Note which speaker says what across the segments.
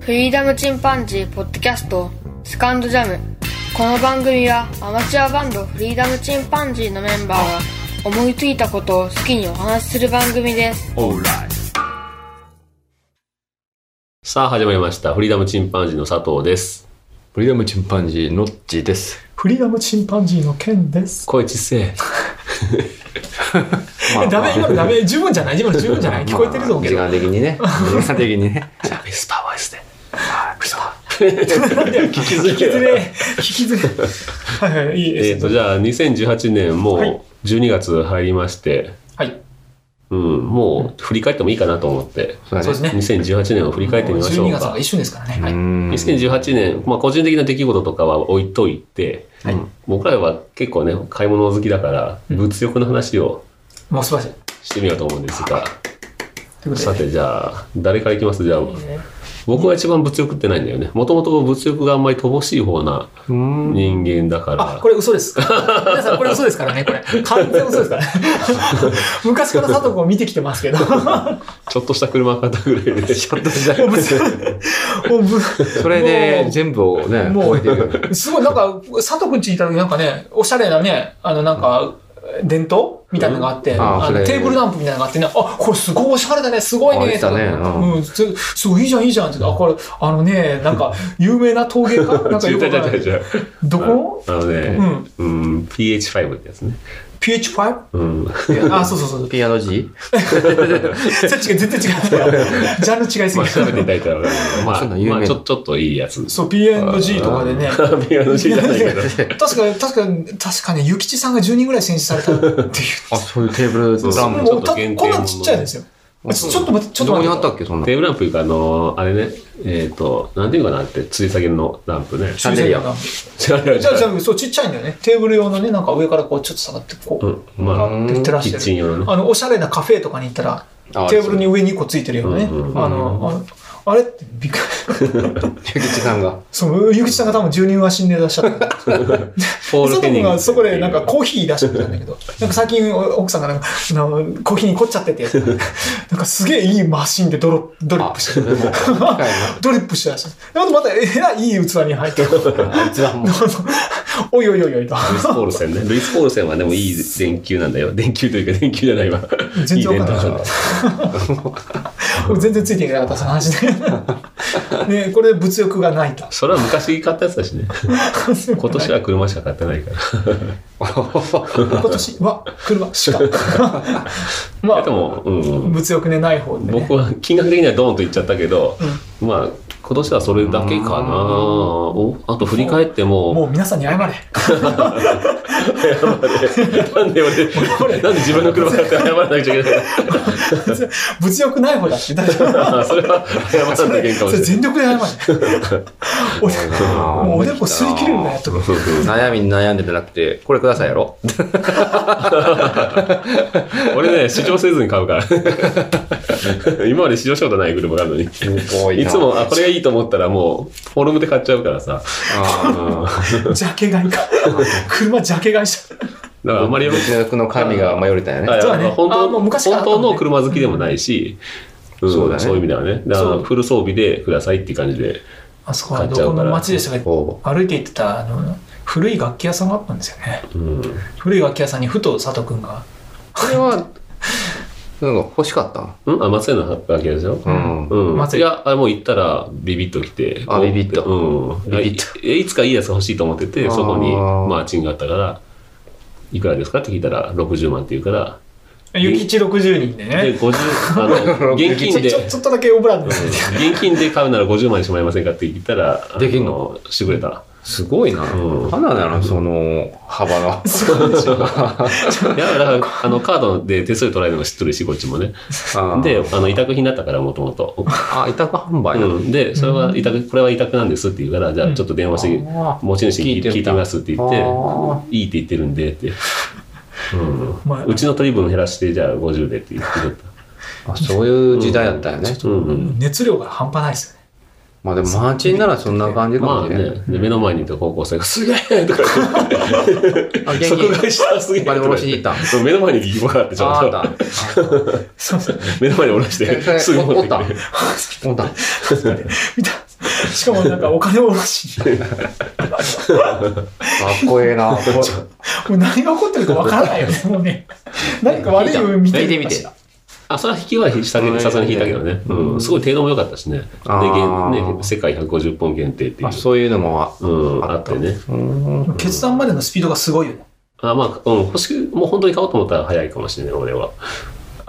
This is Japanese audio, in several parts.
Speaker 1: フリーダムチンパンジーポッドキャストスカンドジャムこの番組はアマチュアバンドフリーダムチンパンジーのメンバーが思いついたことを好きにお話しする番組です
Speaker 2: さあ始まりましたフリーダムチンパンジーの佐藤です
Speaker 3: フリーダムチンパンジーのっちです。
Speaker 4: フリーダムチンパンジーの剣です。
Speaker 2: 声ちっせえ
Speaker 3: ま
Speaker 4: ダメ、今のダ メ、十分じゃない今の十分じ ゃない聞こえてるぞ、け
Speaker 3: 時
Speaker 4: ど。
Speaker 3: 間的にね。時間的にね。
Speaker 2: じゃあウィスパーボイスで
Speaker 4: 聞きづれ え。聞きづれえ。はいはい、いい
Speaker 2: え
Speaker 4: で
Speaker 2: っ
Speaker 4: す。
Speaker 2: とじゃあ2018年も
Speaker 4: はいう
Speaker 2: 12月入りまして
Speaker 4: はい。
Speaker 2: うんもう振り返ってもいいかなと思って
Speaker 3: そう
Speaker 4: そうですね。
Speaker 2: 2018年を振り返ってみましょ
Speaker 4: 12
Speaker 2: う
Speaker 4: 月
Speaker 2: か
Speaker 4: は一瞬ですからね。
Speaker 3: う
Speaker 4: はい。
Speaker 3: ん。
Speaker 2: 2018年、まあ、個人的な出来事とかは置いといて、
Speaker 4: はい
Speaker 2: 僕らは結構ね買い物好きだから
Speaker 4: うん
Speaker 2: 物欲の話を
Speaker 4: もう素晴らしい。
Speaker 2: してみようと思うんですが、
Speaker 4: というこ
Speaker 2: さ
Speaker 4: とで。
Speaker 2: てじゃあ誰からいきますじゃあ
Speaker 4: いいね
Speaker 2: 僕は一番物欲ってないんだよねもともと物欲があんまり乏しい方な
Speaker 3: うん。
Speaker 2: 人間だから、
Speaker 4: あ、これ嘘 です。皆さん、これ嘘ですからね、これ。完全嘘です から。昔から佐藤君を見てきてますけ ど。も
Speaker 2: ちょっとした車買ったぐらいで
Speaker 3: ちょっとじゃなくて
Speaker 4: うぶ
Speaker 3: それ で全部をね、
Speaker 4: も
Speaker 3: 超えてる。
Speaker 4: う、すごい、なんか、佐藤くんち行った時なんかね、おしゃれなね、あの、なんか、伝統みたいなのがあって、
Speaker 3: んあー
Speaker 4: あ
Speaker 3: そ
Speaker 4: の
Speaker 3: れ
Speaker 4: テーブルランプみたいなのがあってね、あ、これすごいおしゃれだね、すごい
Speaker 3: あ
Speaker 4: ね、
Speaker 3: 言ってたねうん
Speaker 4: うん、すすごいいいじゃん、いいじゃんって言って、あ、これ、あのね、なんか、有名な陶芸家なんか
Speaker 2: 違
Speaker 4: よ
Speaker 2: う
Speaker 4: く
Speaker 2: 違
Speaker 4: わ
Speaker 2: う
Speaker 4: かんな
Speaker 2: 違う
Speaker 4: い
Speaker 2: 違う
Speaker 4: どこ
Speaker 2: あの
Speaker 4: う
Speaker 2: ね
Speaker 4: ん。
Speaker 2: うん PH5 ってやつね
Speaker 4: PH5?
Speaker 2: うん
Speaker 4: あ、そうそうそう。
Speaker 3: ピアノ G?
Speaker 4: そっちが全然違う。ジャンル違いす
Speaker 2: ま
Speaker 4: ぎ
Speaker 2: あ調べていた
Speaker 4: る。
Speaker 2: だいたら分かるけどま
Speaker 3: そ
Speaker 2: あ、
Speaker 3: うなの有名
Speaker 2: まあ、ちょちょっといいやつ
Speaker 4: そう、P&G とかでね。
Speaker 2: ピアノ知らない けど
Speaker 4: 確か、確か、確かね、ゆきちさんが10人ぐらい選出されたっていう。
Speaker 3: あ、そういうテーブルラン
Speaker 2: もう
Speaker 3: プ。
Speaker 2: ちょっと限定
Speaker 4: こんな
Speaker 2: もの
Speaker 4: んちっちゃいんですよ。
Speaker 3: あ
Speaker 4: ちょちょっと待って、ちょっ
Speaker 3: ど
Speaker 4: と
Speaker 3: こに
Speaker 4: 待
Speaker 3: あ
Speaker 4: って。
Speaker 3: ったっけそんな。
Speaker 2: テーブルランプいうかあのあれねえっ、となんていうかなって吊り下げのランプね
Speaker 3: シャンデリア
Speaker 2: 違う違う
Speaker 4: じゃあ、じ
Speaker 2: 違う
Speaker 4: ゃあ、そう、ちっちゃいんだよね。テーブル用のね、なんか上からこう、ちょっと下がって、こう、
Speaker 2: うんまあ
Speaker 4: って照らし
Speaker 2: キ
Speaker 4: て
Speaker 2: ッ
Speaker 4: る。
Speaker 2: チン用のね
Speaker 4: あの、おしゃれなカフェとかに行ったら、
Speaker 3: あ
Speaker 4: テーブルに上に1個ついてるよね。
Speaker 2: うん
Speaker 4: あの、ああれってびっくり。
Speaker 3: 菊池さんが。
Speaker 4: そう、ゆきちさんが多分10人は死んでらっしゃった。
Speaker 2: ポール・
Speaker 4: 佐
Speaker 2: ケニ
Speaker 4: 藤
Speaker 2: ン
Speaker 4: 君
Speaker 2: グ
Speaker 4: が そこでなんかコーヒー出してたんだ けど、なんか最近奥さんがなんか、あのコーヒーに凝っちゃっ てて、なんかすげえいいマシンでドロドリッ
Speaker 3: あ、
Speaker 4: プして
Speaker 3: そ
Speaker 4: る
Speaker 3: れも。近い
Speaker 4: ドリップしてらっしゃる。で、あとまた、えらいいい器に入ってる。
Speaker 3: な。あいつはもう。
Speaker 4: おいおいおいおいと。
Speaker 2: ルイス・ポールセンね。 ルイス・ポールセンはでもいい電球なんだ よ。電球というか電球じゃないわ。
Speaker 4: 全然わかんない
Speaker 2: いい電球
Speaker 4: 俺全然ついていけなかった、その話で。ねこれ物欲がないと。
Speaker 2: それは昔買ったやつだしね。 今年は車しか買ってないから。
Speaker 4: 今年は車しか。ま
Speaker 2: で
Speaker 4: あ、
Speaker 2: も、うんうん、
Speaker 4: 物欲ね、ない方で、ね。
Speaker 2: 僕は金額的にはドーンといっちゃったけど、まあ、今年はそれだけかな。おあと振り返っても、
Speaker 4: もう皆さんに謝れ。
Speaker 2: なんで俺、なんで自分の車買って謝らなくちゃいけない
Speaker 4: 物欲ない方だって。だから
Speaker 2: のそれは謝らなきゃいけんかも
Speaker 4: そ
Speaker 2: しれない。
Speaker 4: れ全力で謝れ。おで
Speaker 3: な
Speaker 4: もうおでこ擦り切れるぐらいやっと く。
Speaker 3: 悩みに悩んでてなくて、これくださいやろ。
Speaker 2: 俺ね、試乗せずに買うから。 今まで試乗したことない車があるのに。いつも、あ、これがいいと思ったらもう、フォルムで買っちゃうからさ。
Speaker 3: あ
Speaker 4: ジャケ買いか。車ジャケ買いした。
Speaker 2: だからあんまりよろしく
Speaker 3: ー。の神が迷れたよね。
Speaker 2: はい
Speaker 4: そうだね
Speaker 2: 本
Speaker 4: あも
Speaker 2: 当
Speaker 4: う昔からあ
Speaker 2: 本
Speaker 4: っ
Speaker 2: 当
Speaker 4: たもんね
Speaker 2: の車好きでもないし、うん
Speaker 3: そうだね
Speaker 2: そういう意味ではね。だか
Speaker 4: そ
Speaker 2: ら
Speaker 4: う
Speaker 2: フル装備でくださいっていう感じで。
Speaker 4: あそこはどこの街でしたか
Speaker 3: ほ
Speaker 4: 歩いて行ってたあの古い楽器屋さんがあったんですよね
Speaker 2: うん、
Speaker 4: 古い楽器屋さんにふと佐藤君が
Speaker 3: これは、なんか欲しかった
Speaker 2: うんあ、松江の楽器屋でしょ
Speaker 3: うん。
Speaker 2: うん。
Speaker 4: 松江
Speaker 2: いや、あれもう行ったらビビッと来て。
Speaker 3: あビビッと
Speaker 2: うん。
Speaker 3: ビビッ
Speaker 2: いいいつかいいやつ欲しいと思ってて、そこに
Speaker 3: あー
Speaker 2: マーチンがあったから、いくらですかって聞いたら60万って言うから、
Speaker 4: 「諭吉60人でね
Speaker 2: で、50、あ の、現
Speaker 4: ちょ
Speaker 2: 金で
Speaker 4: ち。ょちょっとだけオブラートで
Speaker 2: うん現金で買うなら50万にしまいませんかって聞いたら、あ
Speaker 3: できんの
Speaker 2: してくれた。
Speaker 3: すごいな。
Speaker 2: うん
Speaker 3: 花だな、その、幅が。
Speaker 2: いや、だから、あの、カードで手数取られるのが知っとるし、こっちもね。
Speaker 3: あー
Speaker 2: で、あの、委託品だったから、もともと。
Speaker 3: あ、委託販売なの
Speaker 2: うんで、それは委託、これは委託なんですって言うから、じゃあちょっと電話して、
Speaker 3: あー
Speaker 2: 持ち主に聞い
Speaker 3: 聞いてみた
Speaker 2: 聞いてみますって言って
Speaker 3: あー、
Speaker 2: いいって言ってるんでって。 うん
Speaker 4: まあ
Speaker 2: うちの取り分減らして、じゃあ50でって言ってくれた。
Speaker 3: あそういう時代やったよね。
Speaker 2: うんうん。
Speaker 4: 熱量が半端ないですよね
Speaker 3: まあでもマーチンならそんな感じか
Speaker 2: ま
Speaker 3: も
Speaker 2: あ
Speaker 3: しれない。
Speaker 2: ね、で目の前にいた高校生が、すげえとか
Speaker 3: あ、
Speaker 2: 言って、
Speaker 3: 元
Speaker 2: 即
Speaker 3: 気
Speaker 2: 買いしたすげえとか
Speaker 3: まで
Speaker 2: 言っ
Speaker 3: 下ろ
Speaker 2: て
Speaker 3: しに行ったん
Speaker 2: そう目の前に行き場があって、ちょ
Speaker 3: ああ
Speaker 2: っ
Speaker 3: った。
Speaker 2: と。
Speaker 3: あ
Speaker 4: そうそう。
Speaker 2: 目の前に下ろし
Speaker 3: それ
Speaker 2: て、すぐ戻
Speaker 3: おっ
Speaker 2: っ
Speaker 3: てた
Speaker 2: くれる。
Speaker 3: おった。
Speaker 4: 見た。しかもなんかお金おろしに。
Speaker 3: かっこええな。
Speaker 4: もう何が起こってるかわからないよね、もうね。何か悪い夢見
Speaker 3: 見
Speaker 4: てる
Speaker 3: て
Speaker 4: の
Speaker 3: み
Speaker 4: かしてら。。
Speaker 2: あ、それは引きはしたけど、さすがに引いたけどね。うん、すごい程度も良かったしね。で、
Speaker 3: あー
Speaker 2: 現ね、世界150本限定っていう
Speaker 3: あ、。そういうのもあ
Speaker 2: うん、あってね。
Speaker 3: うん。
Speaker 4: 決断までのスピードがすごいよね。
Speaker 2: あ、まあ、うん、欲しく、もう本当に買おうと思ったら早いかもしれない、俺は。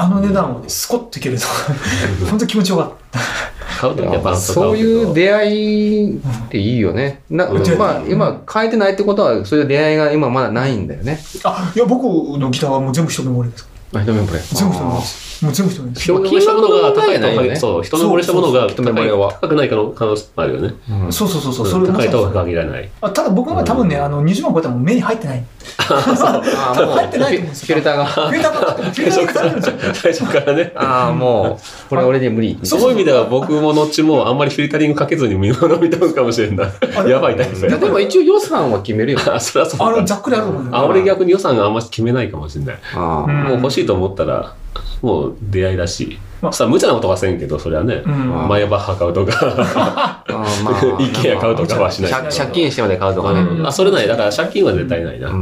Speaker 4: あの値段をね、スコッとい けると。本当気持ちよかった。
Speaker 2: 買うときはバランス
Speaker 3: そういう出会いっていいよね。な
Speaker 2: うん
Speaker 3: まあ、今変えてないってことは、そういう出会いが今まだないんだよね。
Speaker 4: あいや僕のギターはもう全部一目惚れです
Speaker 3: あ、一目惚れ。
Speaker 4: 全部一目惚れですもう全部一目惚れです
Speaker 2: 表現したものが高い
Speaker 3: 金額の問題はないよ
Speaker 2: と
Speaker 3: ね
Speaker 2: そう、人の漏れしたものが
Speaker 3: そうそう
Speaker 2: 高い
Speaker 3: 人の漏れは
Speaker 2: 高くないかの可能性もあるよね。
Speaker 3: うん
Speaker 4: そうそうそうそう、
Speaker 2: うん
Speaker 4: それ
Speaker 2: 高いとは
Speaker 4: も
Speaker 2: 限ら ない。
Speaker 4: あただ僕の場合多分ね、あの20万超えたらもう目に入ってない
Speaker 3: あーもう
Speaker 4: 入ってないと思うんですよ
Speaker 3: フィルターが。
Speaker 4: フィルターかかってもフィルターがかかってるんですよ
Speaker 2: 最初からね。
Speaker 3: ああ、もう、これ俺には無理。
Speaker 4: そ
Speaker 2: そうういう意味では僕もどっちもあんまりフィルタリングかけずに見物を見たのかもしれんな
Speaker 4: あ。
Speaker 2: やばいタイプ
Speaker 3: いや
Speaker 2: や。
Speaker 3: でも一応予算は決めるよ。
Speaker 2: あ、そりゃそう
Speaker 4: あの
Speaker 2: だ。
Speaker 4: ざっくりあると思うんだ
Speaker 2: あ、俺逆に予算があんまり決めないかもしれない。
Speaker 3: あー
Speaker 2: もう欲しいと思ったら、もう出会いだし。
Speaker 4: まあ
Speaker 2: さあ、無茶なことはせんけど、それはね
Speaker 4: う。ん
Speaker 2: マイバッハ買うと
Speaker 3: あ
Speaker 2: か、
Speaker 3: ー、ま
Speaker 2: IKEA 買うとかはしない。
Speaker 3: 借借金してまで買うとかね。
Speaker 4: ん
Speaker 2: あ、それない。だから借金は絶対ないな。う
Speaker 3: うん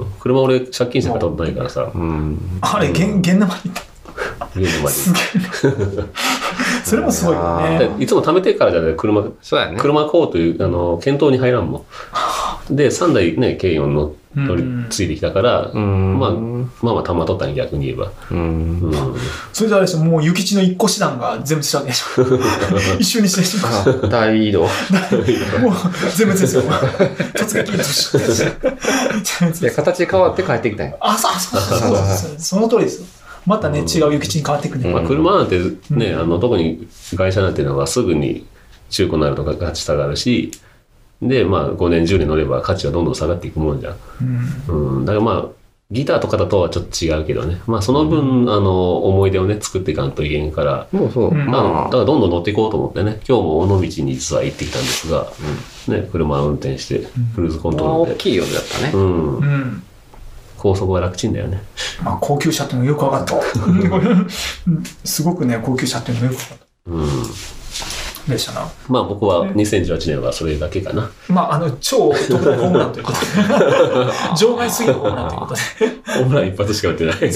Speaker 2: ん。車俺借金して買ったことないからさ。
Speaker 3: うん。
Speaker 4: あれ現現生に
Speaker 2: 家の前に
Speaker 4: すげえ それもすごいよね
Speaker 2: でいつも貯めてからじゃない車、
Speaker 3: そうやね。
Speaker 2: 車買おうという、あの、検討に入らんも ん。で、3台ね、軽4の乗りついてきたから、
Speaker 3: うん
Speaker 2: まあ、まあまあ、たまとったんや逆に言えば。
Speaker 3: うん。
Speaker 2: うん。
Speaker 4: それであれですよもう諭吉の一個師団が全部したわけでしょ一緒にしてしまう
Speaker 3: あ大移動。
Speaker 4: もう全滅ですよ突撃突撃
Speaker 3: いや、形変わって帰ってきたんや。
Speaker 4: あ、そうそうそうそう。その通りですよ。またね、違う諭吉に変わっていくね。
Speaker 2: まあ、車なんてね、あの、特に会社なんていうのはすぐに中古になるとか価値下がるし、で、まあ、5年、10年乗れば価値はどんどん下がっていくもんじゃん。
Speaker 4: うん
Speaker 2: うん、だからまあギターとかだとはちょっと違うけどね、まあ、その分、あの思い出をね作っていかんといけんから、
Speaker 3: もうそう。
Speaker 4: うん
Speaker 2: まあ、だ
Speaker 3: ま
Speaker 2: からどんどん乗っていこうと思ってね今日も尾道に実は行ってきたんですが、ね、車を運転してクルーズコ
Speaker 3: あ、
Speaker 2: ント
Speaker 3: まあ
Speaker 2: ロー
Speaker 3: 大
Speaker 2: ルで、
Speaker 3: きい夜だったね
Speaker 2: う。、
Speaker 4: うんん。
Speaker 2: 高速は楽ちんだよね
Speaker 4: まあ、高級車っていうのよく分かった。すごくね、高級車っていうのよく分かっ
Speaker 2: うん
Speaker 4: た。でしたな。
Speaker 2: まあ僕は2018年はそれだけかな
Speaker 4: まあ、あの、超特大ホームランということ で。場外すぎるホームランということ
Speaker 2: オムラン一発しか打ってないうん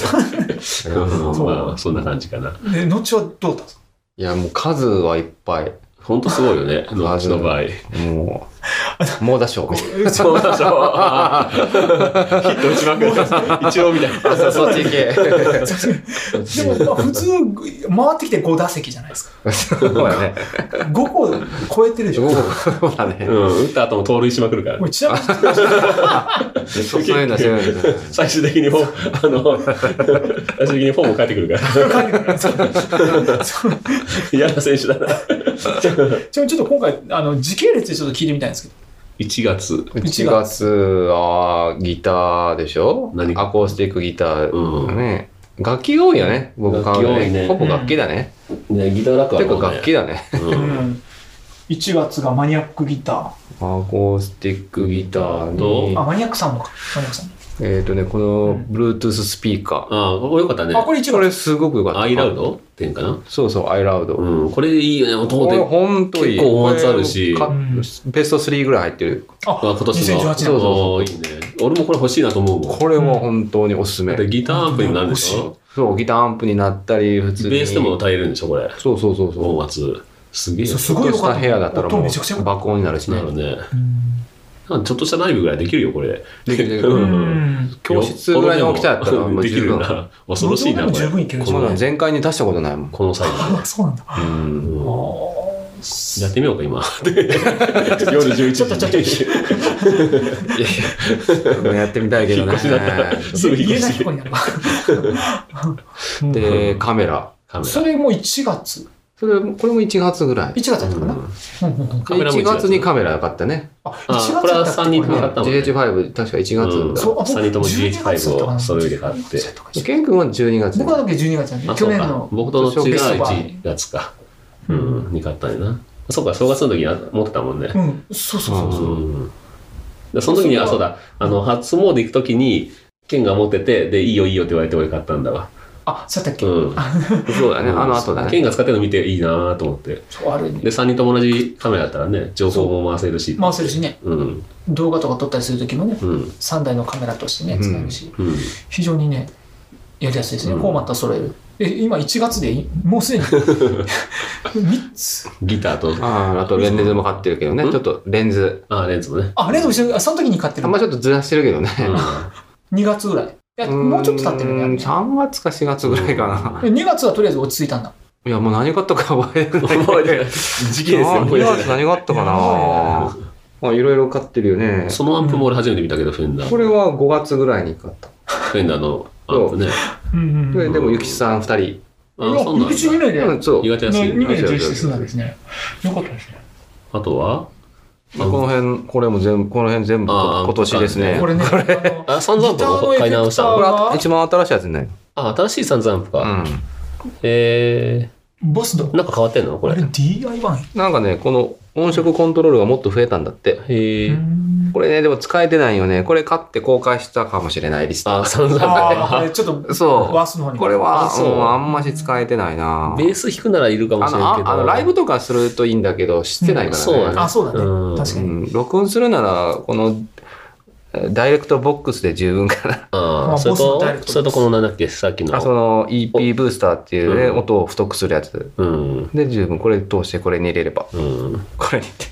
Speaker 4: そう
Speaker 2: まあそんな感じかな
Speaker 4: で。で、後はどうだったんですか
Speaker 3: いや、もう数はいっぱい。
Speaker 2: 本当すごいよねどっちの場合
Speaker 3: もう、猛打賞みたいな。
Speaker 2: そうでしょヒット打ちまくる一応みたいな
Speaker 3: あそっち行け。
Speaker 4: でも、まあ、普通、回ってきて5打席じゃないですか。
Speaker 3: そうだね。
Speaker 4: 5個超えてるでし
Speaker 3: 午
Speaker 4: ょ。
Speaker 3: 後そうだね。
Speaker 2: うん、打った後も盗塁しまくるから
Speaker 4: こ
Speaker 2: ね。
Speaker 4: れちなみに、
Speaker 3: そういうのはそういうの。
Speaker 2: 最終的にフォー、あの、最終的にフォーム返ってくるから。
Speaker 4: 書いてくれそうそう
Speaker 2: 嫌な選手だな。
Speaker 4: ちなみにちょっと今回、あの、時系列でちょっと聞いてみたいんですけど。
Speaker 2: 1月。
Speaker 3: 1月はギターでしょ
Speaker 2: 何
Speaker 3: アコースティックギター
Speaker 2: う
Speaker 3: だ
Speaker 2: ん。
Speaker 3: ね。楽器多いよね。僕買う
Speaker 2: 楽器多いね
Speaker 3: ほぼ楽器だね。
Speaker 2: ね、ギターラック
Speaker 3: てか楽器だね。
Speaker 2: うん。
Speaker 4: 1月がマニアックギタ
Speaker 3: アコースティックギター
Speaker 2: と
Speaker 3: に
Speaker 4: ー。あ、マニアックさんのか。マニアックさんの。
Speaker 3: えっとね、この Bluetooth スピーカ
Speaker 2: ああ、これよかったね
Speaker 4: あ、。これ1
Speaker 3: ー。
Speaker 4: 月。
Speaker 3: これすごく良かった。
Speaker 2: アイラウドってんかな。
Speaker 3: そうそう、アイラウド。
Speaker 2: うん。これいいよね、音
Speaker 3: これ
Speaker 2: で。
Speaker 3: ほんといい。
Speaker 2: 結構音圧あるし
Speaker 3: これ
Speaker 4: うん
Speaker 3: かベスト3ぐらい入ってる。
Speaker 4: あ、
Speaker 2: あ今年の。
Speaker 3: 年
Speaker 4: 2018
Speaker 3: そうそう
Speaker 2: そう。いいね。俺もこれ欲しいなと思うもん。
Speaker 3: これは本当におすすめ。
Speaker 2: でギターアンプにもなるんでしょ
Speaker 3: そう、ギターアンプになったり、普通に。
Speaker 2: ベースでも歌えるんでしょこれ。
Speaker 3: そうそうそうそう。
Speaker 2: 音圧。すげえ。
Speaker 4: そう
Speaker 3: ち
Speaker 4: す
Speaker 3: ょっ
Speaker 4: ご
Speaker 3: と
Speaker 4: い
Speaker 3: し
Speaker 4: よかったた。
Speaker 3: 部屋だったら
Speaker 4: 音
Speaker 3: も
Speaker 4: めちゃくちゃ良
Speaker 3: う
Speaker 4: かっ
Speaker 3: 爆音になるしね
Speaker 2: なる。ね。
Speaker 4: たうん
Speaker 2: ちょっとしたライブぐらいできるよ、これ。
Speaker 3: できるできる
Speaker 2: うん
Speaker 4: うん
Speaker 3: 教室ぐらいの大きさやったら
Speaker 2: よっ
Speaker 3: も
Speaker 2: ぽどでも
Speaker 3: う
Speaker 2: でき
Speaker 3: 十
Speaker 2: る
Speaker 3: 分
Speaker 2: な。恐ろしいな、これ。
Speaker 4: もう十分いける
Speaker 2: こ
Speaker 3: こ
Speaker 2: の
Speaker 3: んなの全開に出したことないもん。
Speaker 2: このサイズ
Speaker 4: あ、そうなん だ。
Speaker 3: うん。
Speaker 2: で。やってみよう か、今。夜11時。
Speaker 4: ちょっとちょっと
Speaker 3: いやいややってみたいけど
Speaker 2: 引っ
Speaker 3: ね
Speaker 2: 越しだった。すぐ引っ
Speaker 4: 家
Speaker 2: 越
Speaker 4: な
Speaker 2: し
Speaker 4: き子になるわ。うん
Speaker 3: で、カメラ。
Speaker 2: カメ
Speaker 4: それも1月。
Speaker 3: それ、これも1月ぐらい。
Speaker 4: 1月だったかな。
Speaker 2: う
Speaker 4: うんうんうん
Speaker 2: カメラも1
Speaker 3: 1
Speaker 2: 月
Speaker 3: 月にカメラ買ったね。
Speaker 4: あ、
Speaker 2: あ
Speaker 4: 1
Speaker 2: これは
Speaker 4: 月だ
Speaker 2: 三人
Speaker 4: った
Speaker 2: 分買った
Speaker 4: か
Speaker 2: もんね
Speaker 3: GH5 確か1
Speaker 4: そうあ
Speaker 2: ラ
Speaker 4: 僕
Speaker 2: 三人とも GH5
Speaker 4: 12月だったかな
Speaker 2: を揃えて買って
Speaker 3: 月。ケン君は12月。
Speaker 4: 僕はだけ12月なん
Speaker 2: ラ。
Speaker 4: で、
Speaker 2: あ、
Speaker 4: 去
Speaker 2: そう
Speaker 4: 年
Speaker 2: か。
Speaker 4: の。
Speaker 2: 僕とどっち
Speaker 4: ベスト
Speaker 2: が
Speaker 4: バイ
Speaker 2: 1月か。うん、に買ったんやな。そうか、正月の時に持ってたもんね。
Speaker 4: うん、そうそうそうそう。
Speaker 2: うんでその時に、あ、そうだ、あの、初詣行く時に、剣が持ってて、で、いいよいいよって言われて俺買ったんだわ。
Speaker 4: あ、そうやったっけ、
Speaker 2: うん。
Speaker 3: そうだね、あの後だね。
Speaker 2: 剣が使ってるの見ていいなと思って。
Speaker 4: そうあれ
Speaker 2: で、3人とも同じカメラだったらね、情報も回せるし。
Speaker 4: 回せるしね、
Speaker 2: うん。
Speaker 4: 動画とか撮ったりする時もね、
Speaker 2: うん。
Speaker 4: 3台のカメラとしてね、
Speaker 3: うん
Speaker 4: 使えるし、
Speaker 2: うん。
Speaker 4: 非常にね、やりやすいですね、
Speaker 2: うん
Speaker 4: フォーマット揃える。え、今1月でい、もうすでに 3つ。
Speaker 2: ギターと、
Speaker 3: ああ、あとレンズも買ってるけどね、
Speaker 2: うん
Speaker 3: ちょっとレンズ。
Speaker 2: あ、レンズもね。
Speaker 4: あ、レンズも一緒にあその時に買って
Speaker 3: あ
Speaker 4: る
Speaker 3: んまちょっとずらしてるけどね。
Speaker 2: う
Speaker 4: 2月ぐらい。いや、もうちょっと経ってるねあれね。
Speaker 3: 3月か4月ぐらいかな。
Speaker 4: 2月はとりあえず落ち着 いたんだ。
Speaker 3: いや、もう何があったか覚えてない。
Speaker 2: ん。覚えてない。時期ですよ、覚え
Speaker 3: あ
Speaker 2: て
Speaker 3: ー
Speaker 2: ない。
Speaker 3: 何があったかな。まあ、いろいろ買ってるよね。
Speaker 2: そのアンプも俺初めて見たけど、フェンダー。
Speaker 3: これは5月ぐらいに買った。
Speaker 2: フェンダーのアンプね。
Speaker 4: うん
Speaker 3: ででも、ゆきさん2人。
Speaker 2: あ、そんなんだ。
Speaker 4: 口見ないで。
Speaker 3: うん、そう。
Speaker 2: 意
Speaker 3: こ
Speaker 2: 外と安い。
Speaker 4: 2名重視するんですね。よかったですね。
Speaker 2: あとは
Speaker 3: の辺、これも全部、この辺全部
Speaker 2: あー
Speaker 3: 今年ですね。こ
Speaker 4: こ
Speaker 3: れ、
Speaker 4: れね、あの
Speaker 2: あ、サンズアンプも買い直した
Speaker 4: ギターのエフェクター
Speaker 2: の
Speaker 3: あ一番新しいやつになる。
Speaker 2: あ、新しいサンズアンプ
Speaker 3: う
Speaker 2: か。
Speaker 3: ん。
Speaker 2: え
Speaker 4: ボスの
Speaker 2: ー、、なんか変わってんのこ
Speaker 4: あ
Speaker 2: れ
Speaker 4: れ。DIY?
Speaker 3: なんかね、この音色コントロールがもっと増えたんだって。
Speaker 2: へ
Speaker 4: う
Speaker 2: え。
Speaker 4: ん
Speaker 3: これね、でも使えてないよね。これ買って公開したかもしれないリスト。
Speaker 2: あ、サンズ
Speaker 4: あー
Speaker 2: ア
Speaker 4: こ
Speaker 2: ン
Speaker 4: れちょっと、
Speaker 3: そう
Speaker 4: ワースの方に。
Speaker 3: これは、
Speaker 2: あそう
Speaker 3: うんあんまし使えてないな
Speaker 2: プ。ベース弾くならいるかも
Speaker 3: あ
Speaker 2: しれんけ
Speaker 3: の
Speaker 2: ど。
Speaker 3: ああの、ライブとかするといいんだけど、知ってないからね。
Speaker 2: うんそうや
Speaker 4: あ、そうだ
Speaker 2: うん
Speaker 4: ね。確か
Speaker 3: う
Speaker 4: に。
Speaker 3: ん録音するなら、この、えーダイレクトボックスで十分かな。
Speaker 2: あ
Speaker 4: ま
Speaker 2: あ、
Speaker 4: あ
Speaker 2: それ
Speaker 4: ボスのダイレク
Speaker 2: と、
Speaker 4: ト
Speaker 2: それとこのなんだっけ、さっきの。
Speaker 3: あ、その EP ブースターっていうね、
Speaker 2: うん
Speaker 3: 音を太くするやつ。
Speaker 2: うん。
Speaker 3: で、十分。これ通して、これに入れれば。
Speaker 2: うん。
Speaker 3: これにって。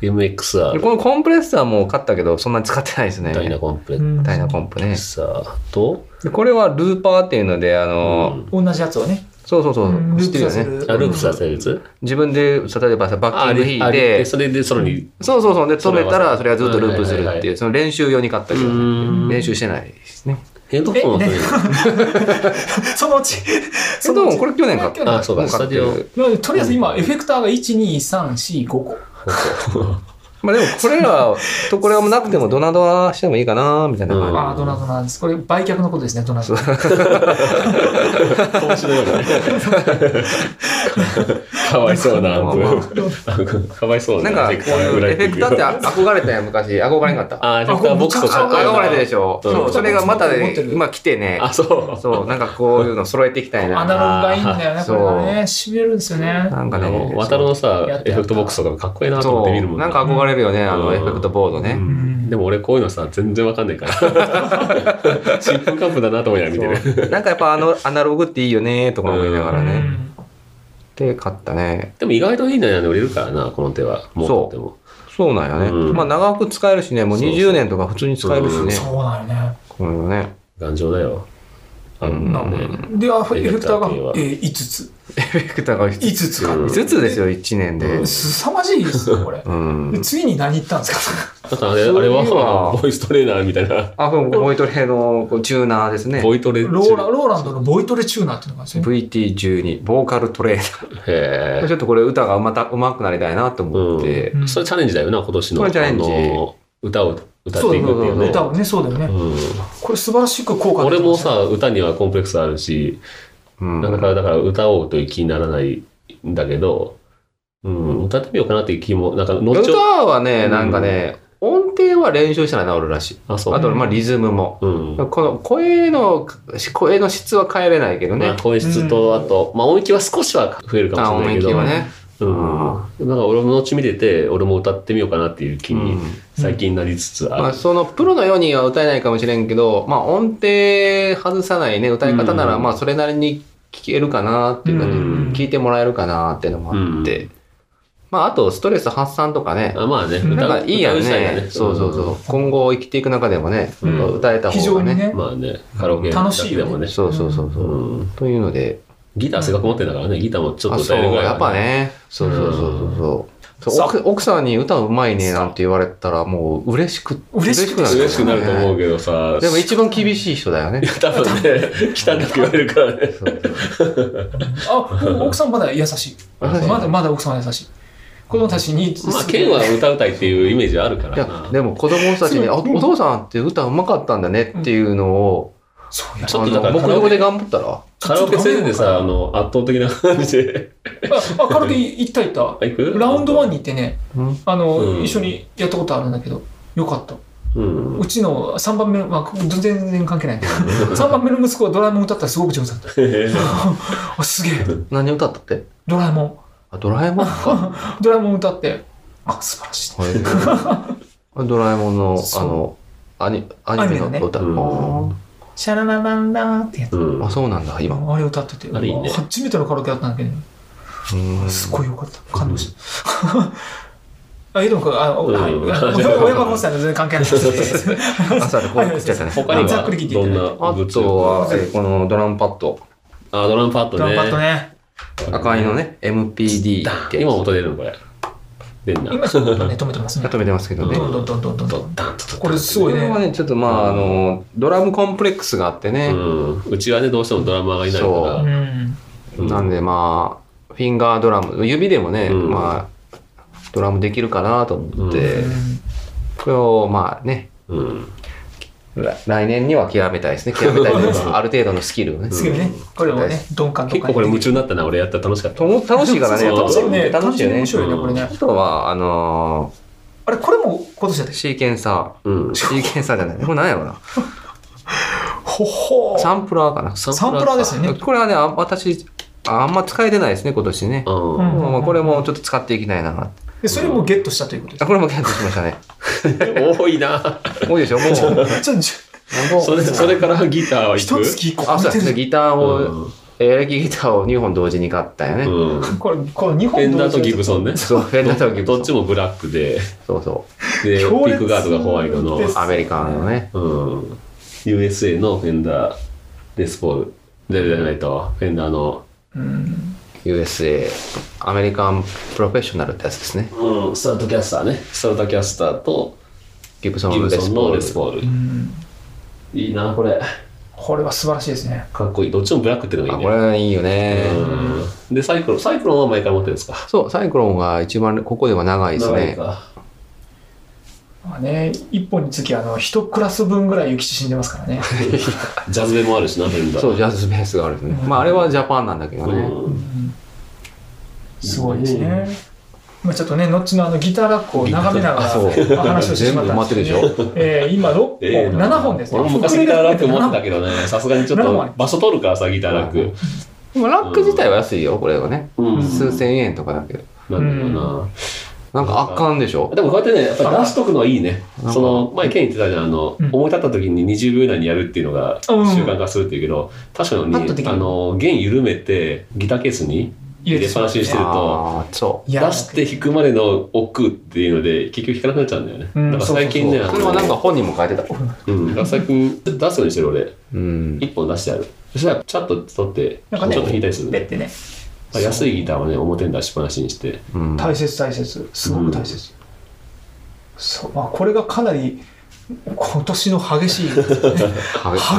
Speaker 3: で
Speaker 2: MXR、
Speaker 3: このコンプレッサーも買ったけど、そんなに使ってないですね。
Speaker 2: ダイナ
Speaker 3: ダ
Speaker 2: コンプレッ
Speaker 4: うん
Speaker 3: イナコンプね。
Speaker 2: サーと、
Speaker 3: でこれはルーパーっていうので、あの、
Speaker 2: うん
Speaker 4: 同じやつをね。
Speaker 3: そうそうそう、
Speaker 4: うん
Speaker 3: 知ってるよ
Speaker 4: ループさ
Speaker 3: ね
Speaker 4: せ。る
Speaker 2: あ、ループさせるやつ
Speaker 3: 自分で、例えばさ、バ
Speaker 2: あ、
Speaker 3: ッキング弾い
Speaker 2: れ
Speaker 3: て、
Speaker 2: それで、それに。
Speaker 3: そうそうそう、で、止めたら、そ
Speaker 2: そ
Speaker 3: れ
Speaker 2: れ
Speaker 3: が
Speaker 2: は
Speaker 3: ずっとループする
Speaker 2: は
Speaker 3: っ
Speaker 2: いはい
Speaker 3: てい
Speaker 2: はい
Speaker 3: う、その練習用に買った
Speaker 2: う
Speaker 3: けど、
Speaker 2: ん。
Speaker 3: 練習してないですね。
Speaker 2: ヘッドホンはそれ
Speaker 4: えね そのうち、
Speaker 3: え、で
Speaker 4: のう
Speaker 3: も
Speaker 4: ち
Speaker 3: これ去年買った。
Speaker 2: あそうだ
Speaker 3: も買って
Speaker 2: ス
Speaker 3: る
Speaker 2: タジ
Speaker 4: なのでとりあえず今、エフェクターが1、2、3、4、5個。
Speaker 3: まあでも、これらとこれはもうなくても、ドナドナしてもいいかな、みたいな
Speaker 2: うん
Speaker 3: 感
Speaker 4: ああ、ドナドナです。これ、売却のことですね、ドナドナ。
Speaker 2: 投資のようなね。 かわいそうな、アン
Speaker 3: まあま
Speaker 2: プ。かわいそう
Speaker 3: じ。
Speaker 2: な。
Speaker 3: なんか、こういうエフェクターってあ憧れたんや、昔。憧れんかった。
Speaker 2: あ、エフェクターボックスとかっこいい
Speaker 3: 憧
Speaker 2: な
Speaker 3: れたでしょ。
Speaker 2: うん
Speaker 3: そう、それがまた
Speaker 4: 持っ
Speaker 3: ね
Speaker 4: てる
Speaker 3: 今来てね、
Speaker 2: あ、そう。
Speaker 3: そう、なんかこういうの揃えていきたい
Speaker 4: ア
Speaker 3: な。
Speaker 4: ナログがいいんだよね、こ
Speaker 3: そう
Speaker 4: れがね。締めるんですよね。
Speaker 3: なんか
Speaker 2: あの
Speaker 3: ね、
Speaker 2: 渡るのさ
Speaker 4: やっ、て
Speaker 2: エフ
Speaker 4: やった
Speaker 2: ェクトボックスとかかっこいいなと思っ
Speaker 3: そ
Speaker 2: て見るも
Speaker 3: う、
Speaker 2: ん
Speaker 3: なんか憧れるよね、あ
Speaker 2: う
Speaker 3: の
Speaker 2: ん
Speaker 3: エフェクトボード
Speaker 2: う
Speaker 3: ね。
Speaker 2: んでも俺こういうのさ、全然わかんな いから。シップカップだなと思いながら見てる。
Speaker 3: そうなんかやっぱあのアナログっていいよねとか思いながら
Speaker 4: う
Speaker 3: ね。
Speaker 4: ん
Speaker 3: で、買ったね。
Speaker 2: でも意外といいのやね、売れるからな、この手は。もうとっても。
Speaker 3: そうなんよね。
Speaker 2: うん
Speaker 3: まあ長く使えるしね、もう
Speaker 2: そうそう
Speaker 3: 20年とか普通に使えるしね。
Speaker 4: そうなのね。
Speaker 3: こういうのね。
Speaker 2: 頑丈だよ。あの
Speaker 3: うん
Speaker 2: ね。
Speaker 4: で、あエフェクターが
Speaker 2: エフェクター系は、
Speaker 4: えー、5つ。
Speaker 3: エフェクターが
Speaker 4: 5
Speaker 3: 5
Speaker 4: つか。
Speaker 2: うん
Speaker 3: つですよ、1年で。
Speaker 4: すさまじいですよ、これ
Speaker 3: う。ん
Speaker 4: で。次に何言ったんですか
Speaker 2: あとあれ、あ
Speaker 3: そうい
Speaker 2: れ
Speaker 3: うのは
Speaker 2: は、ボイストレーナーみたいな。
Speaker 3: あ、そう、ボイトレのこうチューナーですね。
Speaker 2: ボイトレ
Speaker 4: ローラローランドのボイトレチューナーっていうのがあるんですよね。
Speaker 3: VT12、ボーカルトレーナ
Speaker 2: へ
Speaker 3: ー。
Speaker 2: え
Speaker 3: ちょっとこれ歌がまた上手くなりたいなと思って。
Speaker 4: うん
Speaker 2: それチャレンジだよな、今年の。
Speaker 3: これチャレンジ
Speaker 2: あの歌を歌っていくっていう
Speaker 3: そうそうそう
Speaker 2: ね。
Speaker 4: 歌をね、そうだよね。
Speaker 2: うん
Speaker 4: これ素晴らしく効果が
Speaker 2: 俺
Speaker 4: 出てま
Speaker 2: も
Speaker 4: すね
Speaker 2: さ、歌にはコンプレックスあるし、
Speaker 3: うん
Speaker 2: なかなかだから歌おうという気にならないんだけど、うん、歌ってみようかなっていう気も、なんか、後
Speaker 3: 歌
Speaker 2: ほ
Speaker 3: はね、なんかね、音程は練習したら治るらしい。
Speaker 2: あ、そう。
Speaker 3: あと、まあリズムも。
Speaker 2: うん。
Speaker 3: この声の、声の質は変えれないけど
Speaker 2: ま
Speaker 3: ね
Speaker 2: あ、。声質と、あと、まあ、音域は少しは増えるか
Speaker 3: あ、
Speaker 2: も
Speaker 3: 音
Speaker 2: しれないけ
Speaker 3: 域
Speaker 2: ど、
Speaker 3: はね。
Speaker 2: うん。なんか、俺も後見てて、俺も歌ってみようかなっていう気
Speaker 3: う
Speaker 2: に
Speaker 3: ん、
Speaker 2: 最近なりつつ
Speaker 3: ま
Speaker 2: あ
Speaker 3: あ、
Speaker 2: る。
Speaker 3: そのプロのようには歌えないかもしれんけど、まあ、音程外さないね、歌い方なら、
Speaker 2: うん
Speaker 3: まあ、それなりに聞けるかなっていうかね、
Speaker 2: うん
Speaker 3: 聞いてもらえるかなっていうのもあって、まあ、あと、ストレス発散とかね、
Speaker 2: あまあね、歌う
Speaker 3: なんかいいや
Speaker 2: 歌
Speaker 3: ね
Speaker 2: う自体がね。
Speaker 3: そうそうそう、今後生きていく中でもね、
Speaker 2: うん
Speaker 3: 歌えた
Speaker 4: 非
Speaker 3: 方
Speaker 4: 常
Speaker 3: が
Speaker 4: に
Speaker 3: ね。
Speaker 4: ね
Speaker 2: うん。。まあね、カラオケだけでもね。
Speaker 3: そうそうそうそうう、
Speaker 2: ん。
Speaker 3: というので、
Speaker 2: ギターせっかく持ってんだからね、ギターもちょっ
Speaker 3: あ
Speaker 2: と
Speaker 3: そう
Speaker 2: 歌えるぐらいは、
Speaker 3: やっぱねそうそうそうそうそう奥奥さんに歌うまいねなんて言われたらもう嬉しく
Speaker 4: 嬉しくて
Speaker 3: よね
Speaker 2: 嬉しくなると思うけどさ、
Speaker 3: でも一番厳しい人だよね
Speaker 2: 多分ね、汚く言われるからね。
Speaker 3: そうそう
Speaker 4: あ、お奥さんまだ優しい。
Speaker 3: 優しい
Speaker 4: まだまだ奥さんは優しい。子供たちに、
Speaker 2: ま あ、剣は歌うたいっていうイメージはあるか
Speaker 3: い
Speaker 2: ら
Speaker 3: や
Speaker 2: な。
Speaker 3: でも子供たちに「あお父さんって歌うまかったんだね」っていうのを、
Speaker 4: そうや
Speaker 2: ちょっ
Speaker 3: あ
Speaker 2: とだか
Speaker 3: の
Speaker 2: ら
Speaker 3: 僕用語で頑張ったら
Speaker 2: カラオケ戦でさ、あの、圧倒的な感じで。
Speaker 4: あ、あ軽く行った行っ
Speaker 2: あ行く
Speaker 4: た。ラウンドワンに行ってね、
Speaker 3: うん
Speaker 4: あの、
Speaker 2: うん
Speaker 4: 一緒にやったことあるんだけど、よかった。
Speaker 2: うん。
Speaker 4: うちの3番目の、まあ、全然関係ないんだ けど、3番目の息子はドラえもん歌ったらすごく上手だった。あ、すげえ。
Speaker 3: 何歌ったって
Speaker 4: ドラえもん。
Speaker 3: あ、ドラえもんか。
Speaker 4: ドラえもん歌って、あ、素晴らしい。
Speaker 3: はいドラえもんの、
Speaker 4: そう
Speaker 3: あの、アニアニメ
Speaker 4: アニメ
Speaker 3: の
Speaker 4: の
Speaker 3: 歌。
Speaker 2: ねうん
Speaker 4: シャララランラーってやつ。
Speaker 2: うん
Speaker 3: あ、そうなんだ、今。
Speaker 4: あれ歌ってて、
Speaker 2: あれいいね
Speaker 4: 初めてのカラオケだったんだけど、
Speaker 3: うん
Speaker 4: すごいよかった。感動 した。あ、え、でもこれ、あ、お はい。
Speaker 2: うん
Speaker 4: 親バカさんが全然関係ないです。
Speaker 3: 朝でこう食っちゃ ったね。
Speaker 2: 他に
Speaker 4: ざっくり聞い
Speaker 2: は
Speaker 4: てい
Speaker 2: どん
Speaker 4: ただいて
Speaker 2: な
Speaker 3: あ
Speaker 2: グッズ
Speaker 3: とは、えこのドラムパッド。
Speaker 2: あ、ドラムパッド
Speaker 4: ドラ
Speaker 2: ね。
Speaker 4: ムパッドね。
Speaker 3: 赤いのね、MPD って。
Speaker 2: 今音出るのこれ。出んな。
Speaker 4: 今ちょっとね、止めてますね。
Speaker 3: 止めてますけどね。
Speaker 4: どんどんどんどんどんどん。これす
Speaker 3: こ
Speaker 4: ごい
Speaker 3: れは
Speaker 4: ね。
Speaker 3: ね、ちょっとまあ、あの、ドラムコンプレックスがあってね。
Speaker 2: うん。うちはね、どうしてもドラマーがいないか
Speaker 4: う
Speaker 2: ら。
Speaker 4: ん。
Speaker 2: うん
Speaker 3: なんでまあ、フィンガードラム、指でもね、
Speaker 2: うん
Speaker 3: まあ、ドラムできるかなと思って、
Speaker 4: うん
Speaker 3: これをまあね、
Speaker 2: うん。
Speaker 3: ら来年には極めたい ですね。極めたいというかある程度のスキルをね。
Speaker 4: 次ね、これをね、鈍感と
Speaker 2: 結
Speaker 4: か。
Speaker 2: 構これ夢中になったな、俺やったら楽しかった。
Speaker 3: とも楽しいからね、
Speaker 2: そう
Speaker 4: 楽しいよね。
Speaker 3: 楽
Speaker 4: 楽
Speaker 3: し
Speaker 4: し
Speaker 3: い
Speaker 4: い
Speaker 3: よね
Speaker 4: よね。面。白いね、これね
Speaker 3: あ。とは、あの
Speaker 4: あれ、これも今年だっ
Speaker 3: ー
Speaker 4: たし。
Speaker 3: シーケンサ
Speaker 2: うん
Speaker 3: ー。。シーケンサーじゃない。これ何やろな。
Speaker 4: ほほー
Speaker 3: サンプラーかな。
Speaker 4: サンプラーですよね。
Speaker 3: これはね、あ私、あんま使えてないですね、今年ね。
Speaker 2: う
Speaker 4: うん
Speaker 2: ん。
Speaker 3: まあこれもちょっと使っていきたいな。
Speaker 4: で、それもゲットしたということで
Speaker 3: あ、これもキャンセルしましたね。
Speaker 2: 多いな。
Speaker 3: 多いでしょ、 もう。もう
Speaker 4: す。ちょっとじゃ
Speaker 2: それ、それからギターはい
Speaker 4: あ、
Speaker 2: く
Speaker 4: 一月一個
Speaker 3: あ、そうで
Speaker 4: 見て
Speaker 3: すね。
Speaker 4: る。
Speaker 3: ギター
Speaker 2: う
Speaker 3: を、エレキギターを2本同時に買ったよね。
Speaker 2: うん。フ
Speaker 4: これ、この日本
Speaker 2: ェンダーとギブソンね。
Speaker 3: そう、フェンダーとギブソン
Speaker 2: どっちもブラックで、
Speaker 3: そうそ
Speaker 2: で、ピ
Speaker 4: 強烈
Speaker 2: ックガードがホワイトの、
Speaker 4: です
Speaker 3: う。アメリカンのね。
Speaker 2: うん。USA のフェンダー、レスポール、じゃないと、フェンダーの、
Speaker 3: USA、アメリカンプロフェッショナルってやつですね。
Speaker 2: うん、スタートキャスターね。スタートキャスターと、
Speaker 3: ギブソ
Speaker 2: ギ
Speaker 3: ン
Speaker 2: ブ
Speaker 3: レ
Speaker 2: ソ
Speaker 3: ス
Speaker 2: ン
Speaker 3: ポ
Speaker 2: の
Speaker 3: ー
Speaker 2: レ
Speaker 3: ル。
Speaker 2: スポール。いいな、これ。
Speaker 4: これは素晴らしいですね。
Speaker 2: かっこいい。どっちもブラックっていうの
Speaker 3: あ、
Speaker 2: がいい
Speaker 3: こ
Speaker 2: ね。
Speaker 3: れいいよね。
Speaker 2: うん。で、サイクロン、サイクロンは毎回持ってるんですか
Speaker 3: そう、サイクロンが一番ここでは長いです
Speaker 2: 長い
Speaker 3: ね。
Speaker 2: か。
Speaker 4: まあね、一本につき、あの、一クラス分ぐらい雪死んでますから ね。
Speaker 2: ジャズベもあるしな、フェンダー。
Speaker 3: そう、ジャズベースがあるんですね。まあ、あれはジャパンなんだけど
Speaker 2: う
Speaker 3: ね。
Speaker 2: ん。
Speaker 4: すごいですね。まあちょっとね、後のあのギターラックを眺めなが
Speaker 3: あ、
Speaker 4: ら
Speaker 3: そう。
Speaker 4: まあ話をしてし
Speaker 3: 全部
Speaker 4: まった
Speaker 3: 埋
Speaker 4: ん
Speaker 3: まってるでしょ。
Speaker 4: えー、今6本、
Speaker 2: ええな
Speaker 4: 7本ですね。
Speaker 2: 俺も昔ギターラック持ってた
Speaker 4: け
Speaker 2: けどね、さすがにちょっ
Speaker 4: 7
Speaker 2: と
Speaker 4: 枚
Speaker 2: 場所取るからさ、ギターラック。
Speaker 3: でもラック自体は安いよ、これはね。
Speaker 2: うん。
Speaker 3: 数千円とかだけど。
Speaker 2: なんだろうな。
Speaker 3: なんか圧巻でしょ。
Speaker 2: でもこうやってね、やっぱり出しとくのはいいね。その、前、ケン言ってたじゃん、あの、
Speaker 4: うん
Speaker 2: 思い立った時に20秒以内にやるっていうのが習
Speaker 4: うん
Speaker 2: 慣化するっていうけど、確か
Speaker 4: パッとでき
Speaker 2: に、
Speaker 4: る
Speaker 2: あの、弦緩めて、ギターケースに入れっぱなしにしてると、
Speaker 3: ああ、そう。
Speaker 4: い
Speaker 2: 出
Speaker 4: や
Speaker 2: して弾くまでの億劫っていうので、結局弾かなくなっちゃうんだよね。
Speaker 4: うん
Speaker 2: だから最近ね、
Speaker 3: そう
Speaker 2: あ
Speaker 3: そう
Speaker 2: の
Speaker 3: それはなんか本人も書いてた。
Speaker 2: うん、だから最近出すようにしてる俺、
Speaker 3: うん。
Speaker 2: 一本出してある。そしたら、チャッと取って、ち
Speaker 4: な
Speaker 2: ょ
Speaker 4: ん
Speaker 2: っ
Speaker 4: か
Speaker 2: と
Speaker 4: ね
Speaker 2: 弾いたりする
Speaker 4: ペ
Speaker 2: ね
Speaker 4: ッ。てね。
Speaker 2: まあ安いギターをね、表に出しっぱなしにして。
Speaker 3: うん
Speaker 4: 大切大切すごく大切、そうまあこれがかなり今年の激 しい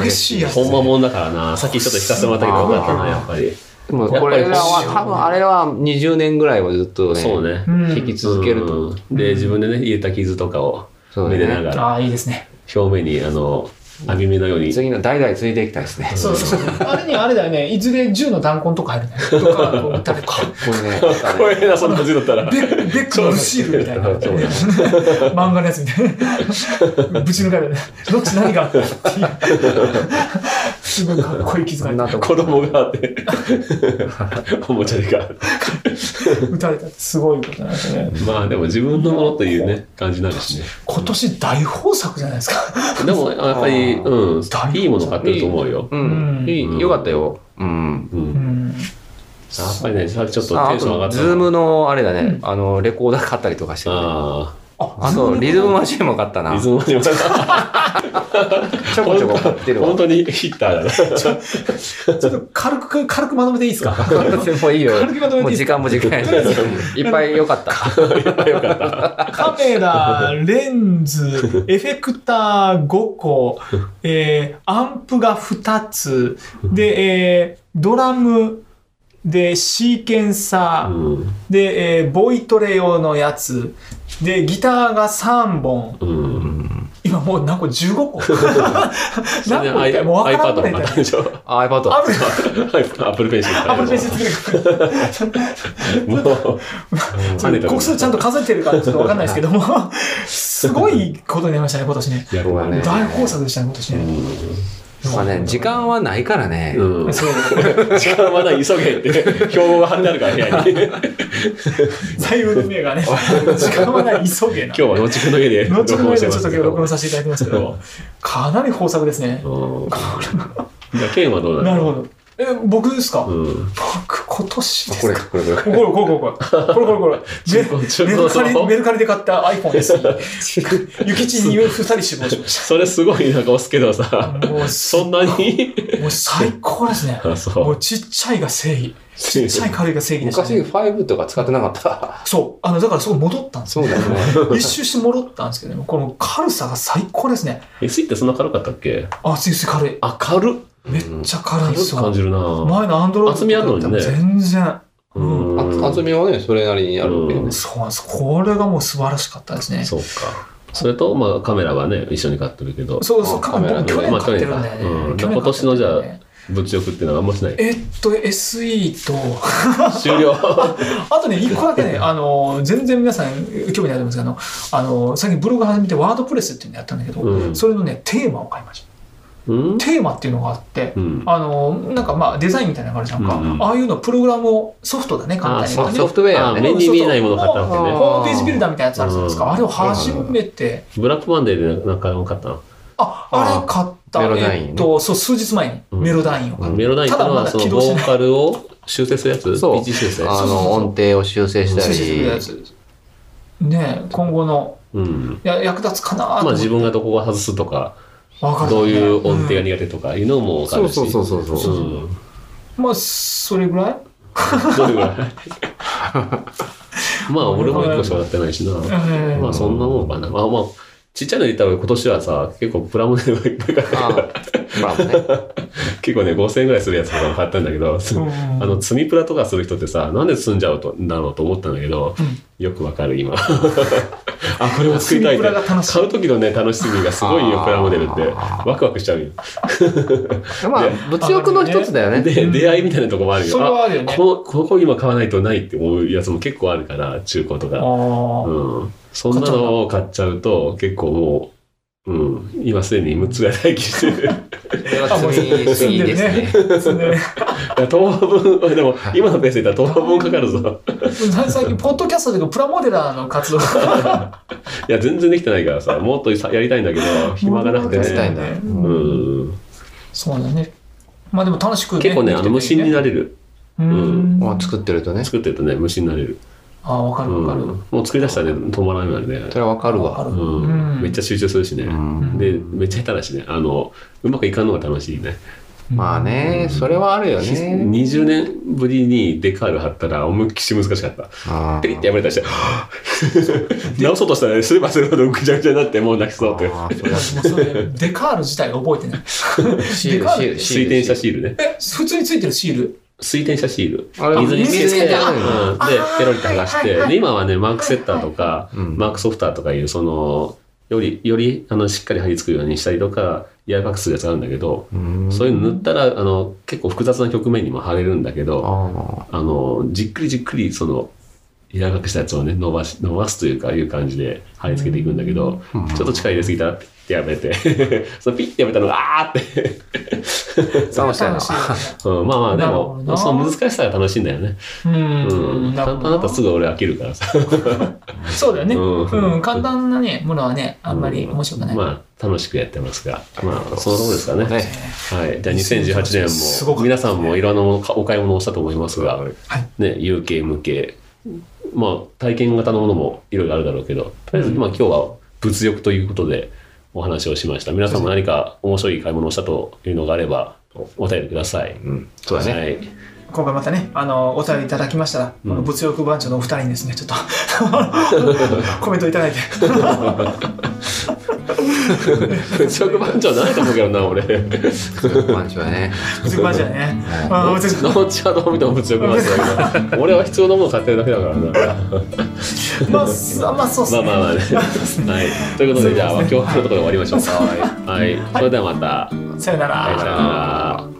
Speaker 4: 激しいやつ
Speaker 2: 本間もんだからな、さっきちょっと弾かせてもらったけど、よかったな、やっぱり。
Speaker 3: でもこれらは多分あれは20年ぐらいはずっとね
Speaker 2: そうね。
Speaker 4: うん
Speaker 3: 引き続けると、
Speaker 2: うんで自分でね入れた傷とかを
Speaker 3: そう
Speaker 2: め
Speaker 3: ね
Speaker 2: でながら、
Speaker 4: ああいいですね
Speaker 2: 表面にあの網目のように
Speaker 3: 次の代々継いでいきたいですね、
Speaker 4: そうそうそうあれにあれだよねいずれ銃の弾痕とか入るねとかこう打た れて
Speaker 3: これ ね
Speaker 2: 怖えなそんな感じだったら
Speaker 4: ベッベックのシールみたいな漫画のやつみたいなぶち抜かれるどっち何があったっていうすごいかっこいい傷
Speaker 3: こ
Speaker 4: が
Speaker 3: ん
Speaker 4: 入っ
Speaker 3: な
Speaker 4: て
Speaker 3: とこ
Speaker 2: 子供があって おもちゃでか
Speaker 4: 打たれたってすごいことなんですよね
Speaker 2: まあでも自分のものというね感じになるしね
Speaker 4: 今年大豊作じゃないですか
Speaker 2: でもやっぱり
Speaker 3: あ
Speaker 2: うん
Speaker 4: 大
Speaker 2: いいもの買ってると思うよ、
Speaker 3: うん、
Speaker 4: うん
Speaker 3: いいよかったようん
Speaker 2: う、
Speaker 4: うんん
Speaker 2: やっぱりねさっきちょっと
Speaker 3: あ
Speaker 2: テ
Speaker 3: あ
Speaker 2: ンション上が
Speaker 3: と
Speaker 2: った
Speaker 3: ズームのあれだね、あのレコーダー買ったりとかして、ね、あ
Speaker 2: あ
Speaker 4: あ
Speaker 3: とリズムマシンも買った
Speaker 2: あ
Speaker 3: な
Speaker 2: リズ
Speaker 3: ち
Speaker 2: ムが出ました
Speaker 3: ょこちょこ買ってるわ
Speaker 2: 本当にヒッターだな
Speaker 4: ちょっと軽く、軽くまとめていいですか
Speaker 3: もういいよ
Speaker 4: 軽くまとめていい
Speaker 3: もう時間も時間やしいっぱいよかった
Speaker 4: カメラ、レンズ、 エフェクター5個、えー、アンプが2つ、で、えー、ドラム、で、シーケンサ
Speaker 2: う
Speaker 4: ー、
Speaker 2: ん
Speaker 4: で、えー、ボイトレ用のやつ、で、ギターが3本、
Speaker 2: うん
Speaker 4: 今今もう何個15 個
Speaker 2: それ
Speaker 4: 何
Speaker 2: で
Speaker 4: 個ってもう分から
Speaker 2: iPad
Speaker 4: んぐらい
Speaker 2: の
Speaker 4: だよ
Speaker 2: 方でしょ。
Speaker 3: あ、iPad。
Speaker 4: ある
Speaker 2: Apple Pencil
Speaker 4: アプリペンシル作れる
Speaker 2: もう、跳ねた
Speaker 4: 国数ちゃんと数えてるからちょっとわかんないですけども、すごいことになりましたね、今年ね。
Speaker 2: やるわね。
Speaker 4: 大豊作でしたね、今年ね。
Speaker 3: まあね、時間はないからね。
Speaker 2: うん。
Speaker 4: そう
Speaker 2: 時間まだ急げって、標語が貼ってあるから、部屋に。今
Speaker 4: 最後の目がね、時間はない、急げな。
Speaker 2: 日は後ほど家で
Speaker 4: 後
Speaker 2: 録
Speaker 4: ほど
Speaker 2: 音
Speaker 4: で
Speaker 2: して
Speaker 4: ちょ
Speaker 2: ま
Speaker 4: っ
Speaker 2: す
Speaker 4: と今
Speaker 2: け
Speaker 4: 日
Speaker 2: ど。
Speaker 4: 録音させていただいてますけど、かなり豊作ですね。
Speaker 2: うんじゃあ、ケンはどうな
Speaker 4: な
Speaker 2: の
Speaker 4: るほど。え、僕ですか
Speaker 2: うん。
Speaker 4: 僕、今年です
Speaker 3: これ、
Speaker 4: か
Speaker 3: これ、こ
Speaker 4: これこれこれこれこれこれこれメル
Speaker 2: 中
Speaker 4: メ
Speaker 2: 古
Speaker 4: ルカ
Speaker 2: 中
Speaker 4: リ
Speaker 2: 古
Speaker 4: メルカリで買った iPhone です。ゆきちに二人死亡しまし
Speaker 2: それすごいなんか押すけど
Speaker 4: た。
Speaker 2: さ、
Speaker 4: もう
Speaker 2: そんなに
Speaker 4: もう最高ですね。
Speaker 2: あ、そ
Speaker 4: も
Speaker 2: う
Speaker 4: う。ちっちゃいが正義。ちっちゃい軽いが正
Speaker 3: れ。
Speaker 4: 義でした、
Speaker 3: 昔、
Speaker 4: ね。
Speaker 3: 5とか使ってなかった。
Speaker 4: そう。あの、だからそこ戻ったんです
Speaker 3: そ
Speaker 4: よ。
Speaker 3: うだよね。
Speaker 4: 一周して戻ったんですけどね、この軽さが最高ですね。
Speaker 2: え、スイってそんな軽かったっけ
Speaker 4: あ、スイス軽い。
Speaker 2: あ、軽っ。
Speaker 4: めっちゃ軽いんです
Speaker 2: 軽く感
Speaker 4: よ。
Speaker 2: じるな
Speaker 4: 前のアンドロイド
Speaker 2: 厚みあるのにね
Speaker 4: 全然。
Speaker 2: うん
Speaker 3: あ厚みはね、それなりにあるけど
Speaker 2: う
Speaker 3: ね
Speaker 2: ん。
Speaker 4: そうなんです。これがもう素晴らしかったですね。
Speaker 2: そうか。それと、まあ、カメラはね、一緒に買ってるけど、
Speaker 4: そうそう、
Speaker 3: カメラ
Speaker 4: 僕去年買ってるんだ
Speaker 2: まあ
Speaker 4: よね。
Speaker 2: 去年かうん
Speaker 4: 去年買ってるんだよね
Speaker 2: 物欲っていうのはあんましない。
Speaker 4: えっと、SE と、
Speaker 2: 終了。
Speaker 4: あとね、一個だ けね、あの、全然皆さん興味ないと思うんですけど、あの、あの最近ブログ始めてワードプレスっていうのやったんだけど、
Speaker 2: うん
Speaker 4: それのね、テーマを買いました。
Speaker 2: うん
Speaker 4: テーマっていうのがあって、
Speaker 2: うん。
Speaker 4: あの、なんかまあデザインみたいなのがあるじゃんか、
Speaker 2: うんうん
Speaker 4: ああいうのプログラムをソフトだね、簡単に言う
Speaker 3: あ
Speaker 4: とね。
Speaker 3: ソフトウェア
Speaker 2: あ
Speaker 3: ね
Speaker 2: 目に見えないもの買ったわけ
Speaker 3: そう
Speaker 2: ね。
Speaker 4: ホームページビルダーみたいなやつあるじゃないですか。
Speaker 2: うん
Speaker 4: あれを初めて、
Speaker 2: ブラックマンデーでなんかも買ったの。
Speaker 4: あ、あれ買った。
Speaker 3: メロダインね
Speaker 4: えっと、そう、数日前に
Speaker 2: うん
Speaker 4: メロダインを買った。
Speaker 2: メロダインっての
Speaker 4: ただま
Speaker 2: は
Speaker 4: だ
Speaker 2: その
Speaker 4: 起動し
Speaker 2: ボ
Speaker 4: ない
Speaker 2: ーカルを修正するやつ
Speaker 3: そう
Speaker 2: ピッチ修正。
Speaker 3: あ
Speaker 4: そうそうそう
Speaker 3: の、音程を修正した
Speaker 4: 数日前のや
Speaker 3: り。
Speaker 4: つねえ今後の
Speaker 2: うん。
Speaker 4: や役立つかな
Speaker 2: まあ
Speaker 4: と
Speaker 2: 自分がどこを外すとか、
Speaker 4: わかる
Speaker 2: どういう音程が苦手とかいうのもわか
Speaker 3: そう
Speaker 2: るし。
Speaker 3: そうそうそう
Speaker 2: う
Speaker 3: そう。
Speaker 2: ん。
Speaker 4: まあ、それぐらい
Speaker 2: どれぐらい まあ俺も一個しか買ってないしな。
Speaker 4: え
Speaker 2: まあそんなもんかな。まあまあ、ちっちゃいので言ったら今年はさ、結構プラモデルがいっぱい買った
Speaker 3: あ
Speaker 2: から、
Speaker 3: まあね。
Speaker 2: 結構ね、5000円ぐらいするやつとかも買ったんだけど、
Speaker 4: うん
Speaker 2: あの、積みプラとかする人ってさ、なんで積んじゃうとだろうと思ったんだけど、よくわかる今。 あ、これも作りたいって。
Speaker 4: 積みプラが楽しい
Speaker 2: 買う時のね、楽しみがすごいよ、
Speaker 3: あー
Speaker 2: プラモデルって。ワクワクしちゃうよ。
Speaker 3: まあ、物欲の一つだよね。
Speaker 2: で、出会いみたいなとこもあるよ。
Speaker 4: それはあるよね
Speaker 2: この、ここ今買わないとないって思うやつも結構あるから、中古と
Speaker 4: あ
Speaker 2: か。
Speaker 4: ー
Speaker 2: うん。そんなのを買っちゃうと、結構もう、うん、今すでに6つぐらい待機してる。
Speaker 3: これは積 み、積みですね。
Speaker 4: 積んでるね
Speaker 2: いや当分、でも、今のペースで言ったら当分かかるぞ。
Speaker 4: 最近、ポッドキャストというか、プラモデラーの活 動が
Speaker 2: いや、全然できてないからさ、もっとさやりたいんだけど、暇がなくて
Speaker 3: やりたい
Speaker 2: ね。
Speaker 3: んだよ。
Speaker 2: うん。
Speaker 4: そうだね。まあでも楽しく、
Speaker 2: 結構ね、あの、無心に
Speaker 4: る。
Speaker 2: なれる。
Speaker 4: うん。
Speaker 3: まあ、作ってるとね。
Speaker 2: 作ってるとね、無心になれる。
Speaker 4: ああ、わか
Speaker 2: う
Speaker 4: るわかる。
Speaker 2: ん。もう作り出したらね、止まらないよね
Speaker 3: そ。れはわかる
Speaker 4: わか
Speaker 3: わ。
Speaker 4: る。
Speaker 2: う。
Speaker 4: うんん
Speaker 2: めっちゃ集中するしね。
Speaker 3: ん
Speaker 2: で、めっちゃ下手だしね。あの、うまくいかんのが楽しいね。
Speaker 3: まあね、それはあるよね。
Speaker 2: 20年ぶりにデカール貼ったら、思いっきし難しかった。
Speaker 3: あ
Speaker 2: ペリって破れたりして、 直そうとしたらね、すればするほどぐちゃぐちゃになって、もう泣きそうって。
Speaker 4: もうそれデカール自体が覚えてない。
Speaker 3: シール、シール、
Speaker 2: 水転写シールね。
Speaker 4: え、普通についてるシール
Speaker 2: 水転写シール。
Speaker 3: あれ
Speaker 2: 水に
Speaker 3: 水
Speaker 2: 水
Speaker 3: に
Speaker 2: つ
Speaker 3: つ
Speaker 2: け
Speaker 3: け
Speaker 2: て、
Speaker 3: て
Speaker 2: うん
Speaker 3: うん
Speaker 2: で、ペロリと剥がし
Speaker 4: はいはい
Speaker 2: て、
Speaker 4: はいはい
Speaker 2: で、今はね、マークセッターとか、
Speaker 3: うん
Speaker 2: マークソフターとかいう、その、より、より、あの、しっかり貼り付くようにしたりとか、やわらかくするやつがあるんだけど、
Speaker 3: うん
Speaker 2: そういうの塗ったら、あの、結構複雑な局面にも貼れるんだけど、
Speaker 3: あ
Speaker 2: あの、じっくりじっくり、その、柔らかくしたやつをね、伸ばし、伸ばすというか、いう感じで貼り付けていくんだけど、
Speaker 3: うん
Speaker 2: ちょっと力入れすぎたら、ピッてやめて、 そのピッてやめたのが、あーって、
Speaker 3: あ。楽しいな。
Speaker 2: うんまあまあ、で
Speaker 4: なるほ
Speaker 2: も、
Speaker 4: どな
Speaker 2: その難しさが楽しいんだよね。
Speaker 4: うん。
Speaker 2: うん、
Speaker 4: なる
Speaker 2: 簡単
Speaker 4: ほ
Speaker 2: だ
Speaker 4: ど
Speaker 2: ったらすぐ俺飽きるからさ。
Speaker 4: そうだよね。
Speaker 2: うん
Speaker 4: うん。簡単なね、ものはね、あんまり面白くない。
Speaker 2: まあ、楽しくやってますが、まあ、そのとこですかね。
Speaker 3: ね
Speaker 2: はい。じゃあ、2018
Speaker 4: す
Speaker 2: 年
Speaker 4: ご
Speaker 2: も、
Speaker 4: かった
Speaker 2: 皆さんもいろんなものかお買い物をしたと思いますが、ね、有形、無形、まあ、体験型のものもいろいろあるだろうけど、とりあえず、まあ、今日は物欲ということでお話をしました。皆さんも何か面白い買い物をしたというのがあれば、お便りください。
Speaker 3: うん、そうだね。
Speaker 2: はい。
Speaker 4: 今回またね、あの、お便りいただきましたら、この物欲番 長のお二人にですね、ちょっと、コメントいただいて。
Speaker 2: 直番長ないと思うけどな、俺。
Speaker 3: パンチはね。
Speaker 4: 物欲番長やね。
Speaker 3: はい
Speaker 4: あ
Speaker 2: 農
Speaker 4: 物欲
Speaker 2: 地はどう見ても物欲番長だけど、俺は必要なもの買ってるだけだからな。
Speaker 4: まあ、す まあ、そうっす
Speaker 2: まあ
Speaker 4: ね。
Speaker 2: まあまあね。はい。ということで、じゃあ、今日はこのところで終わりましょうか。はい。それではまた。
Speaker 4: さよなら
Speaker 2: さよ。なら。